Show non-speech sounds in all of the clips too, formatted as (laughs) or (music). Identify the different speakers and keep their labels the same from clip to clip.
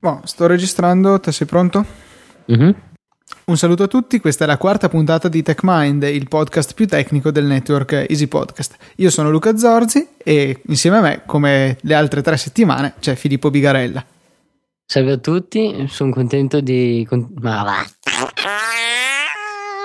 Speaker 1: Boh, sto registrando, te sei pronto?
Speaker 2: Mhm.
Speaker 1: Un saluto a tutti, questa è la quarta puntata di TechMind, il podcast più tecnico del network Easy Podcast. Io sono Luca Zorzi e insieme a me, come le altre tre settimane, c'è Filippo Bigarella.
Speaker 2: Salve a tutti, sono contento di. con- Ma va. Ah,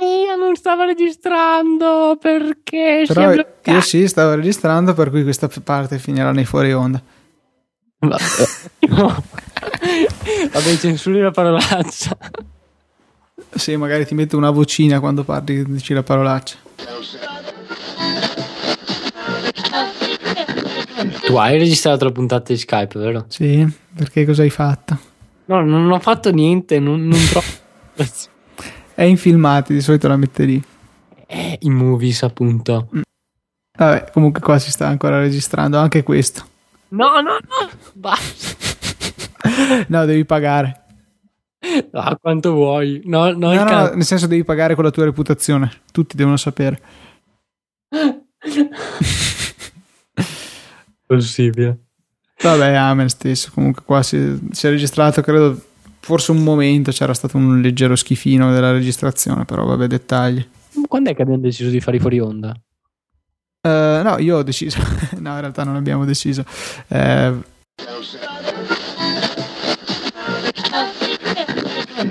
Speaker 2: Io non stavo registrando perché si è
Speaker 1: Però
Speaker 2: bloccato.
Speaker 1: io sì, stavo registrando, per cui questa parte finirà nei fuori onda.
Speaker 2: Vabbè. (laughs) No. Vabbè, censuri la parolaccia.
Speaker 1: Sì, magari ti metto una vocina quando parli, dici la parolaccia.
Speaker 2: Tu hai registrato la puntata di Skype, vero?
Speaker 1: Sì, perché cosa hai fatto?
Speaker 2: No, non ho fatto niente, non, non trovo.
Speaker 1: È in filmati, di solito la mette lì.
Speaker 2: Eh, I movies, appunto.
Speaker 1: Vabbè, comunque qua si sta ancora registrando anche questo.
Speaker 2: No, no, no. Basta.
Speaker 1: No, devi pagare.
Speaker 2: Ah, quanto vuoi. No, no, il
Speaker 1: No, no,
Speaker 2: cazzo.
Speaker 1: nel senso devi pagare con la tua reputazione. Tutti devono sapere.
Speaker 2: Possibile.
Speaker 1: Vabbè, amen stesso. Comunque qua si, si è registrato, credo, forse un momento c'era stato un leggero schifino della registrazione, però vabbè, dettagli.
Speaker 2: Quando è che abbiamo deciso di fare i fuori onda?
Speaker 1: Eh, no, io ho deciso. (laughs) no, in realtà non abbiamo deciso. Eh,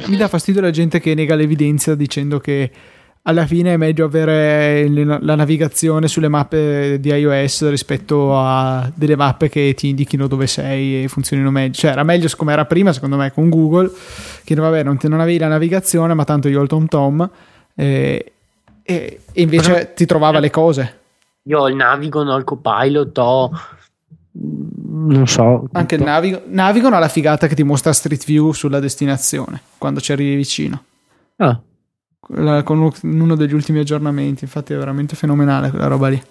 Speaker 1: mi dà fastidio la gente che nega l'evidenza dicendo che alla fine è meglio avere le- la navigazione sulle mappe di iOS rispetto a delle mappe che ti indichino dove sei e funzionino meglio. Cioè, era meglio come era prima, secondo me, con Google, che vabbè, non, te- non avevi la navigazione, ma tanto io ho il TomTom eh, e, e invece ti trovava le cose.
Speaker 2: Io ho il Navigo, ho il Copilot, ho... mm, Non so.
Speaker 1: Anche il Navigo. Navigon ha la figata che ti mostra Street View sulla destinazione quando ci arrivi vicino.
Speaker 2: Ah,
Speaker 1: Quella- Con u- in uno degli ultimi aggiornamenti, infatti, è veramente fenomenale quella roba lì.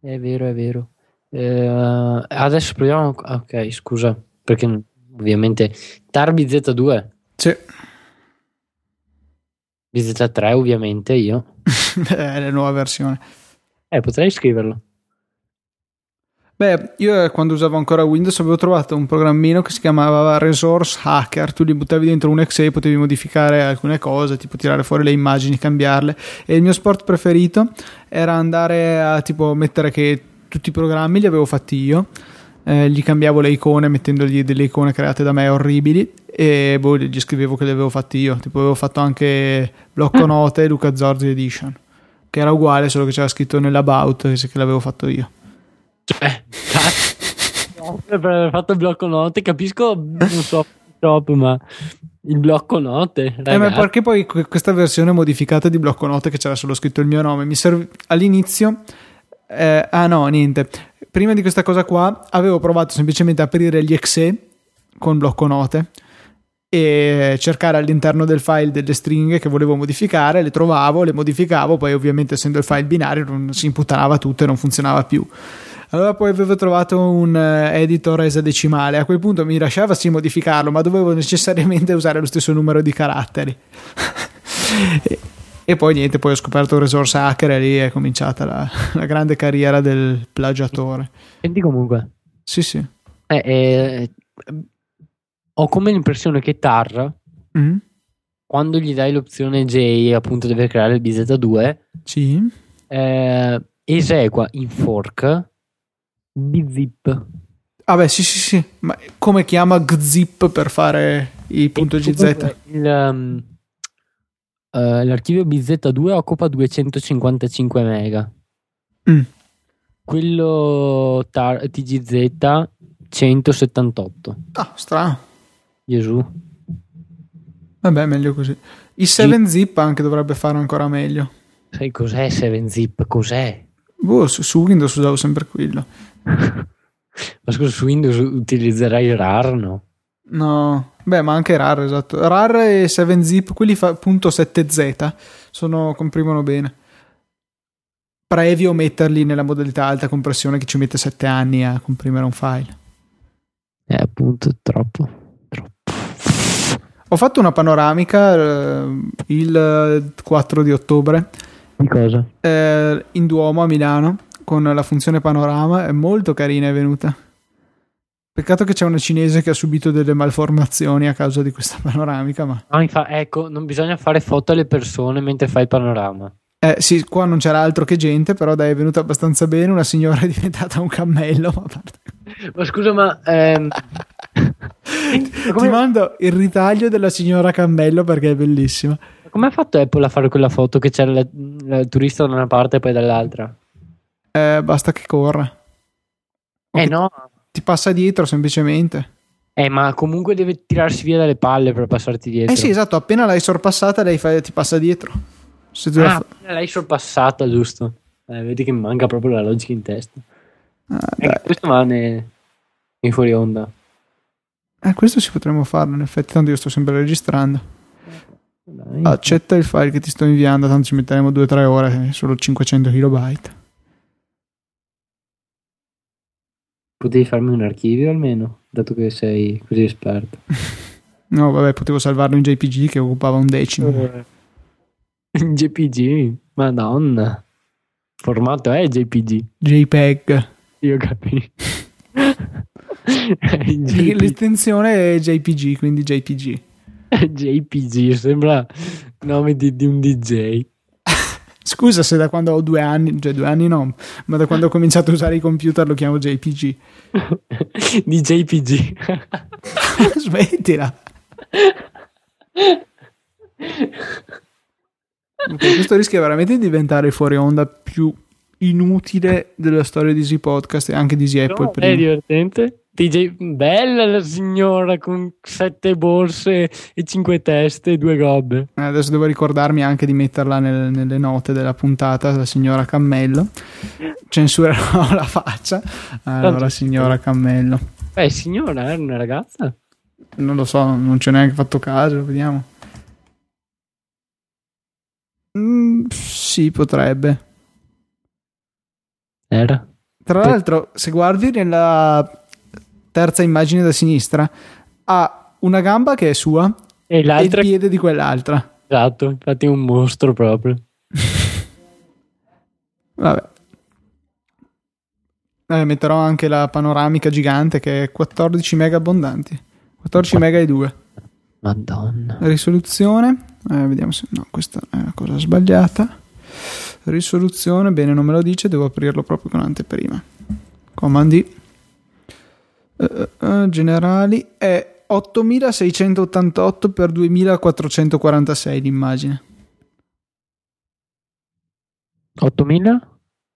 Speaker 2: è vero, è vero. Eh, adesso proviamo... Ok, scusa, perché n- ovviamente... Tarbi Z2,
Speaker 1: Sì,
Speaker 2: BZ3 ovviamente io.
Speaker 1: (laughs) è la nuova versione.
Speaker 2: Eh, potrei scriverlo.
Speaker 1: Beh, io eh, quando usavo ancora Windows avevo trovato un programmino che si chiamava Resource Hacker. Tu gli buttavi dentro un Excel e potevi modificare alcune cose, tipo tirare fuori le immagini, cambiarle. E il mio sport preferito era andare a tipo mettere che tutti i programmi li avevo fatti io. Eh, gli cambiavo le icone mettendogli delle icone create da me orribili e boh, gli scrivevo che le avevo fatte io. Tipo, avevo fatto anche Blocco Note Luca Zorzi Edition, che era uguale, solo che c'era scritto nell'about che che l'avevo fatto io.
Speaker 2: Cioè, cazzo. per aver eh, fatto il blocco note, capisco, non so, purtroppo, ma... Il blocco note,
Speaker 1: Eh, ma
Speaker 2: ragazzi.
Speaker 1: perché poi que- questa versione modificata di blocco note che c'era solo scritto il mio nome mi serv- all'inizio eh, ah no niente prima di questa cosa qua avevo provato semplicemente a aprire gli exe con blocco note e cercare all'interno del file delle stringhe che volevo modificare le trovavo le modificavo poi ovviamente essendo il file binario non si imputava tutto e non funzionava più allora poi avevo trovato un eh, editor esadecimale, a quel punto mi lasciava sì modificarlo, ma dovevo necessariamente (laughs) usare lo stesso numero di caratteri. (laughs) e, e poi niente, poi ho scoperto Resource Hacker e lì è cominciata la, (laughs) la grande carriera del plagiatore.
Speaker 2: Senti comunque.
Speaker 1: Sì, sì.
Speaker 2: Eh, eh, eh, ho come l'impressione che Tar,
Speaker 1: Mm?
Speaker 2: quando gli dai l'opzione J, appunto deve creare il BZ2,
Speaker 1: Sì.
Speaker 2: eh, esegua in fork bzip.
Speaker 1: Ah beh, sì, sì, sì. Ma come chiama gzip per fare il punto gz?
Speaker 2: Comunque il, ehm, eh, l'archivio BZ2 occupa 255 mega.
Speaker 1: Mm.
Speaker 2: Quello tar, TGZ 178.
Speaker 1: Ah, strano.
Speaker 2: Gesù.
Speaker 1: Vabbè, meglio così. Il 7zip anche dovrebbe fare ancora meglio.
Speaker 2: Sai cos'è 7zip? Cos'è? (laughs)
Speaker 1: Boh, su, su Windows usavo sempre quello.
Speaker 2: Ma scusa, su Windows utilizzerai RAR, no?
Speaker 1: No, beh, ma anche RAR, esatto. RAR e 7zip, quelli fa punto 7z, sono, comprimono bene. Previo metterli nella modalità alta compressione che ci mette 7 anni a comprimere un file.
Speaker 2: Eh, appunto, troppo. Troppo.
Speaker 1: Ho fatto una panoramica eh, il 4 di ottobre
Speaker 2: Di cosa?
Speaker 1: eh, in Duomo a Milano con la funzione panorama, è molto carina è venuta. Peccato che c'è una cinese che ha subito delle malformazioni a causa di questa (laughs) panoramica, ma...
Speaker 2: No, infa- ecco, non bisogna fare foto alle persone mentre fai il panorama.
Speaker 1: Eh, sì, qua non c'era altro che gente, però dai, è venuta abbastanza bene, una signora (laughs) è diventata un cammello, ma a parte...
Speaker 2: Ma scusa, ma... (laughs) ehm,
Speaker 1: Ti
Speaker 2: come,
Speaker 1: mando il ritaglio della signora cammello perché è bellissima.
Speaker 2: come ha fatto Apple a fare quella foto che c'era la- la- il turista da una parte e poi dall'altra?
Speaker 1: Eh, basta che corra. O
Speaker 2: Eh
Speaker 1: che
Speaker 2: no,
Speaker 1: Ti passa dietro semplicemente.
Speaker 2: eh, ma comunque deve tirarsi via dalle palle per passarti dietro.
Speaker 1: Eh sì, esatto, appena l'hai sorpassata lei fa- ti passa dietro. Se tu la
Speaker 2: Ah,
Speaker 1: fa-
Speaker 2: l'hai sorpassata, giusto. Eh, vedi che mi manca proprio la logica in testa.
Speaker 1: Ah,
Speaker 2: Eh,
Speaker 1: dai.
Speaker 2: questo va ne- in fuori onda.
Speaker 1: Eh, questo si potremmo farlo, in effetti, tanto io sto sempre registrando.
Speaker 2: Dai.
Speaker 1: Accetta il file che ti sto inviando, tanto ci metteremo 2-3 ore, eh, solo 500 kilobyte.
Speaker 2: Potevi farmi un archivio almeno, dato che sei così esperto.
Speaker 1: No, vabbè, potevo salvarlo in JPG che occupava un decimo.
Speaker 2: Eh.
Speaker 1: Eh.
Speaker 2: In JPG, madonna. Formato è JPG,
Speaker 1: JPEG. (laughs)
Speaker 2: io capisco. In
Speaker 1: Perché
Speaker 2: JPG,
Speaker 1: L'estensione è JPG, quindi JPG.
Speaker 2: JPG, sembra nome di, di un DJ.
Speaker 1: Scusa se da quando ho due anni, cioè due anni no, ma da quando ho cominciato a usare i computer lo chiamo JPG.
Speaker 2: (laughs) di JPG.
Speaker 1: (laughs) Smettila. Comunque, Questo rischia veramente di diventare il fuori onda più inutile della storia di Z Podcast e anche di Z Apple
Speaker 2: No,
Speaker 1: prima.
Speaker 2: è divertente. DJ, bella la signora con sette borse e cinque teste e due gobbe.
Speaker 1: Eh, Adesso devo ricordarmi anche di metterla nel- nelle note della puntata, la signora Cammello. Censurerò (laughs) la faccia. Allora, signora Cammello.
Speaker 2: Beh, Eh, signora, era una ragazza.
Speaker 1: Non lo so, non ci ho neanche fatto caso, vediamo. Mm, sì, potrebbe.
Speaker 2: Era.
Speaker 1: Tra l'altro, se guardi nella terza immagine da sinistra, ha una gamba che è sua
Speaker 2: E
Speaker 1: e il
Speaker 2: l'altra
Speaker 1: piede di quell'altra.
Speaker 2: Esatto, infatti è un mostro proprio.
Speaker 1: Vabbè. Eh, metterò anche la panoramica gigante che è 14 mega abbondanti. 14 mega e 2.
Speaker 2: Madonna.
Speaker 1: Risoluzione. eh, vediamo se... No, questa è una cosa sbagliata. Risoluzione, bene, non me lo dice, devo aprirlo proprio con anteprima. Comandi. Eh, eh, eh, generali. È 8688 x 2446 l'immagine.
Speaker 2: 8000?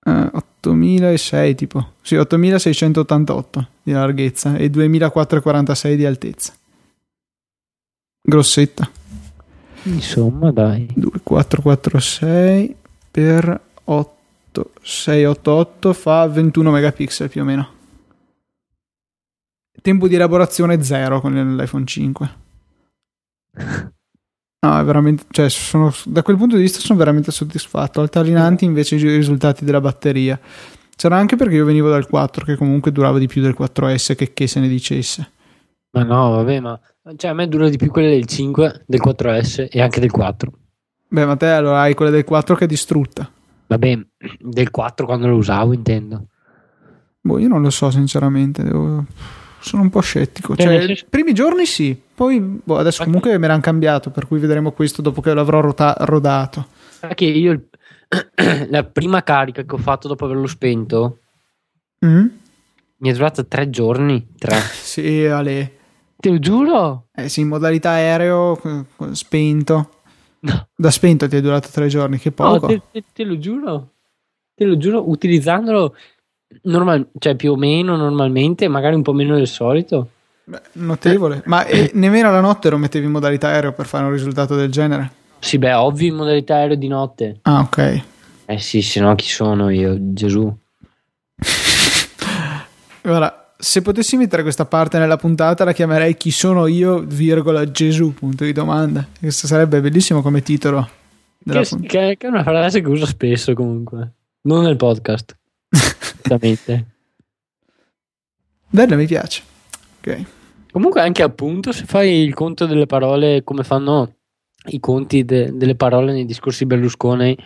Speaker 1: Eh, 8006 tipo, sì, 8688 di larghezza e 2446 di altezza. Grossetta.
Speaker 2: Insomma, dai.
Speaker 1: 2446 per 8688 fa 21 megapixel più o meno. Tempo di elaborazione 0 con l'iPhone 5. No, è veramente, cioè, sono, da quel punto di vista sono veramente soddisfatto. Altalinanti invece i risultati della batteria. C'era anche perché io venivo dal 4 che comunque durava di più del 4S che, che se ne dicesse.
Speaker 2: Ma no, vabbè, ma... Cioè, a me dura di più quelle del 5, del 4S e anche del 4.
Speaker 1: Beh, ma te allora hai quella del 4 che è distrutta.
Speaker 2: Vabbè, del 4 quando lo usavo, intendo.
Speaker 1: Boh, io non lo so, sinceramente. devo- Sono un po' scettico.
Speaker 2: Cioè,
Speaker 1: Cioè,
Speaker 2: nel senso-
Speaker 1: i primi giorni sì, poi boh, adesso comunque me l'hanno cambiato, per cui vedremo questo dopo che l'avrò rota- rodato.
Speaker 2: Sai che io il- (clears throat) la prima carica che ho fatto dopo averlo spento
Speaker 1: Mm?
Speaker 2: mi è durata tre giorni. Tre.
Speaker 1: Sì, Ale.
Speaker 2: (laughs) Te lo giuro?
Speaker 1: Eh sì, in modalità aereo eh, spento.
Speaker 2: No.
Speaker 1: Da spento ti è durato tre giorni, che
Speaker 2: No,
Speaker 1: poco.
Speaker 2: te, te- te lo giuro, te lo giuro, utilizzandolo normal- cioè più o meno normalmente, magari un po' meno del solito.
Speaker 1: Beh, notevole. Ma eh, nemmeno la notte lo mettevi in modalità aereo per fare un risultato del genere.
Speaker 2: Sì, beh, ovvio in modalità aereo di notte.
Speaker 1: Ah, ok.
Speaker 2: Eh sì, se no chi sono io, Gesù.
Speaker 1: Ora, se potessi mettere questa parte nella puntata, la chiamerei Chi sono io, virgola Gesù, punto di domanda. Questo sarebbe bellissimo come titolo. della
Speaker 2: Che,
Speaker 1: puntata. (laughs)
Speaker 2: che- che è una frase che uso spesso comunque, non nel podcast. Esattamente.
Speaker 1: Bella, mi piace. Ok.
Speaker 2: (laughs) Comunque anche appunto, se fai il conto delle parole come fanno i conti de- delle parole nei discorsi Berlusconi,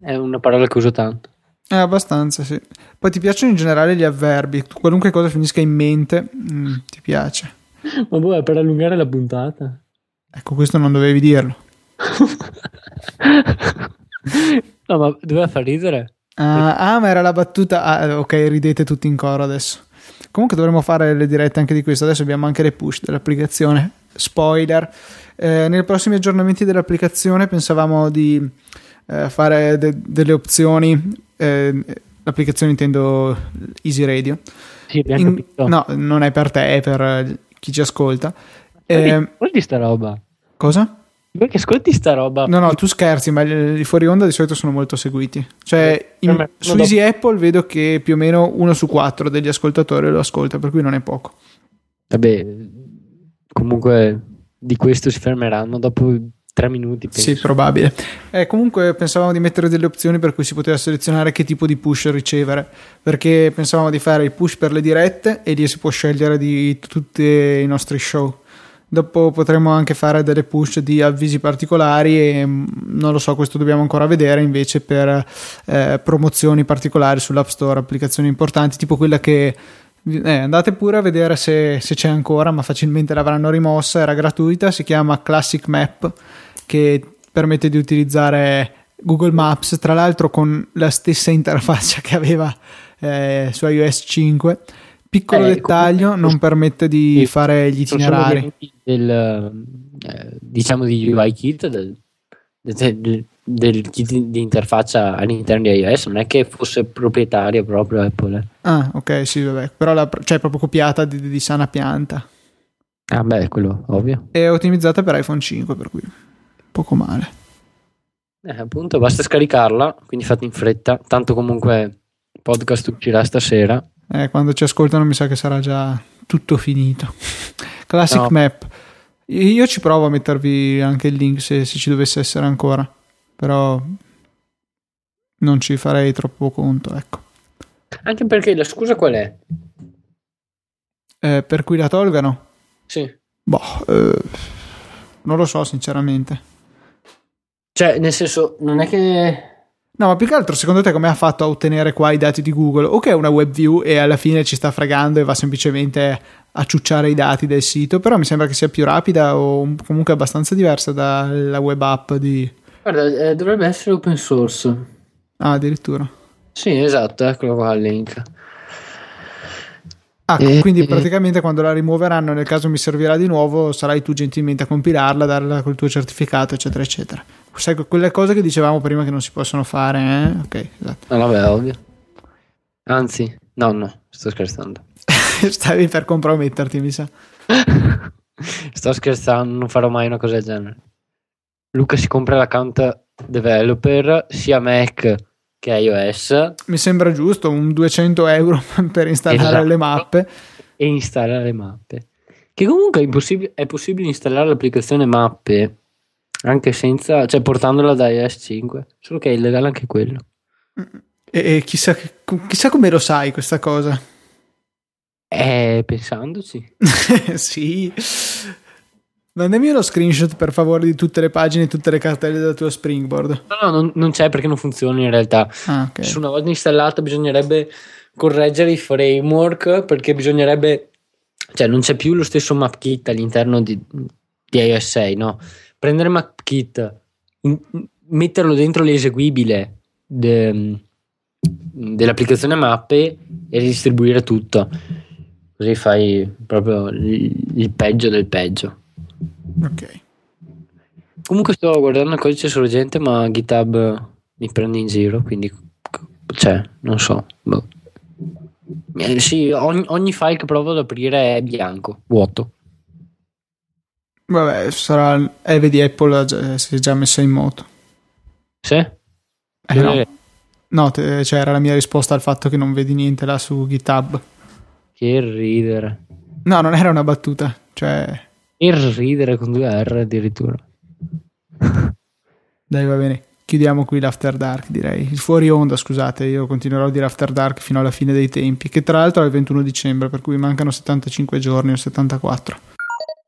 Speaker 2: è una parola che uso tanto.
Speaker 1: Eh, abbastanza, sì. Poi ti piacciono in generale gli avverbi, qualunque cosa finisca in mente, mm, ti piace.
Speaker 2: Ma boh, è per allungare la (laughs) puntata.
Speaker 1: Ecco, questo non dovevi dirlo.
Speaker 2: no, ma doveva far ridere.
Speaker 1: Ah, ah, ma era la battuta. ah, ok, ridete tutti in coro adesso. Comunque dovremmo fare le dirette anche di questo. Adesso abbiamo anche le push dell'applicazione. Spoiler. Eh, nei prossimi aggiornamenti dell'applicazione pensavamo di eh, fare de- delle opzioni. eh, l'applicazione intendo Easy Radio.
Speaker 2: Sì, abbiamo
Speaker 1: In-
Speaker 2: capito.
Speaker 1: no, non è per te, è per eh, chi ci ascolta.
Speaker 2: Perché
Speaker 1: Eh,
Speaker 2: ascolti sta roba?
Speaker 1: cosa?
Speaker 2: Perché ascolti sta roba?
Speaker 1: No, no, tu scherzi, ma i fuori onda di solito sono molto seguiti. Cioè, in-
Speaker 2: Per me,
Speaker 1: su
Speaker 2: no,
Speaker 1: Easy Apple vedo che più o meno uno su quattro degli ascoltatori lo ascolta, per cui non è poco.
Speaker 2: Vabbè, comunque di questo si fermeranno dopo tre minuti.
Speaker 1: Sì,
Speaker 2: penso.
Speaker 1: probabile. Eh, comunque pensavamo di mettere delle opzioni per cui si poteva selezionare che tipo di push ricevere, perché pensavamo di fare il push per le dirette e lì si può scegliere di tutti i nostri show. Dopo potremmo anche fare delle push di avvisi particolari e mm, non lo so, questo dobbiamo ancora vedere invece per eh, promozioni particolari sull'App Store, applicazioni importanti, tipo quella che eh, andate pure a vedere se, se c'è ancora, ma facilmente l'avranno rimossa, era gratuita, si chiama Classic Map che permette di utilizzare Google Maps, tra l'altro con la stessa interfaccia che aveva eh, su iOS 5. Piccolo
Speaker 2: Eh,
Speaker 1: dettaglio,
Speaker 2: comunque-
Speaker 1: non permette di
Speaker 2: Sì,
Speaker 1: fare gli
Speaker 2: Non sono
Speaker 1: itinerari.
Speaker 2: venuti del, eh, diciamo di UI kit del, del- del kit di interfaccia all'interno di iOS non è che fosse proprietario proprio Apple eh.
Speaker 1: Ah, ok, sì, vabbè, però la, cioè, è proprio copiata di, di sana pianta.
Speaker 2: ah beh quello ovvio
Speaker 1: È ottimizzata per iPhone 5, per cui poco male.
Speaker 2: eh, appunto basta scaricarla quindi fate in fretta tanto comunque il podcast uscirà stasera
Speaker 1: Eh, quando ci ascoltano mi sa che sarà già tutto finito. Classic
Speaker 2: No.
Speaker 1: Map. Io ci provo a mettervi anche il link se, se ci dovesse essere ancora, però non ci farei troppo conto, ecco.
Speaker 2: anche perché la scusa qual è?
Speaker 1: Eh, per cui la tolgano?
Speaker 2: sì
Speaker 1: Boh, eh, non lo so sinceramente.
Speaker 2: cioè nel senso non è che
Speaker 1: No, ma più che altro, secondo te come ha fatto a ottenere qua i dati di Google? O che è una web view e alla fine ci sta fregando e va semplicemente a ciucciare i dati del sito, però mi sembra che sia più rapida o un- comunque abbastanza diversa dalla web app di...
Speaker 2: guarda eh, dovrebbe essere open source
Speaker 1: Ah, addirittura.
Speaker 2: sì esatto eccolo qua il link
Speaker 1: Ah,
Speaker 2: Eh,
Speaker 1: quindi
Speaker 2: eh.
Speaker 1: praticamente quando la rimuoveranno, nel caso mi servirà di nuovo, sarai tu gentilmente a compilarla, darla col tuo certificato, eccetera, eccetera. Sai, que- quelle cose che dicevamo prima che non si possono fare, eh? Ok, esatto. (laughs)
Speaker 2: No, vabbè, ovvio. Anzi, no, no, sto scherzando. (laughs)
Speaker 1: Stavi per comprometterti, mi sa.
Speaker 2: sto scherzando, non farò mai una cosa del genere. Luca si compra l'account developer sia Mac che iOS
Speaker 1: Mi sembra giusto, un 200 euro (laughs) per installare
Speaker 2: Esatto.
Speaker 1: le mappe.
Speaker 2: e installa le mappe. Che comunque è, impossib- è possibile installare l'applicazione mappe anche senza, cioè portandola da iOS 5, solo che è illegale anche quello.
Speaker 1: E, e chissà, che- chissà come lo sai questa cosa. (laughs)
Speaker 2: Eh, pensandoci.
Speaker 1: sì. Mandami uno screenshot per favore di tutte le pagine e tutte le cartelle del tuo Springboard.
Speaker 2: No, no, non, non c'è perché non funziona in realtà.
Speaker 1: Ah, ok.
Speaker 2: su una volta installata bisognerebbe correggere i framework perché bisognerebbe cioè non c'è più lo stesso mapkit all'interno di, di iOS 6 no? prendere mapkit in- metterlo dentro l'eseguibile de- dell'applicazione mappe e ridistribuire tutto così fai proprio il, il peggio del peggio
Speaker 1: Ok.
Speaker 2: Comunque sto guardando il codice sorgente, ma GitHub mi prende in giro, quindi cioè, non so. boh. Eh, sì, ogni, ogni file che provo ad aprire è bianco, vuoto.
Speaker 1: Vabbè, sarà. Eh, vedi, Apple ha già- si è già messa in moto.
Speaker 2: Sì?
Speaker 1: Eh, no, No, te- cioè, era la mia risposta al fatto che non vedi niente là su GitHub.
Speaker 2: Che ridere.
Speaker 1: No, non era una battuta. Cioè,
Speaker 2: Che ridere con due R addirittura.
Speaker 1: (laughs) dai, va bene. Chiudiamo qui l'After Dark, direi. Il fuori onda, scusate, io continuerò a dire After Dark fino alla fine dei tempi, che tra l'altro è il 21 dicembre, per cui mancano 75 giorni o 74.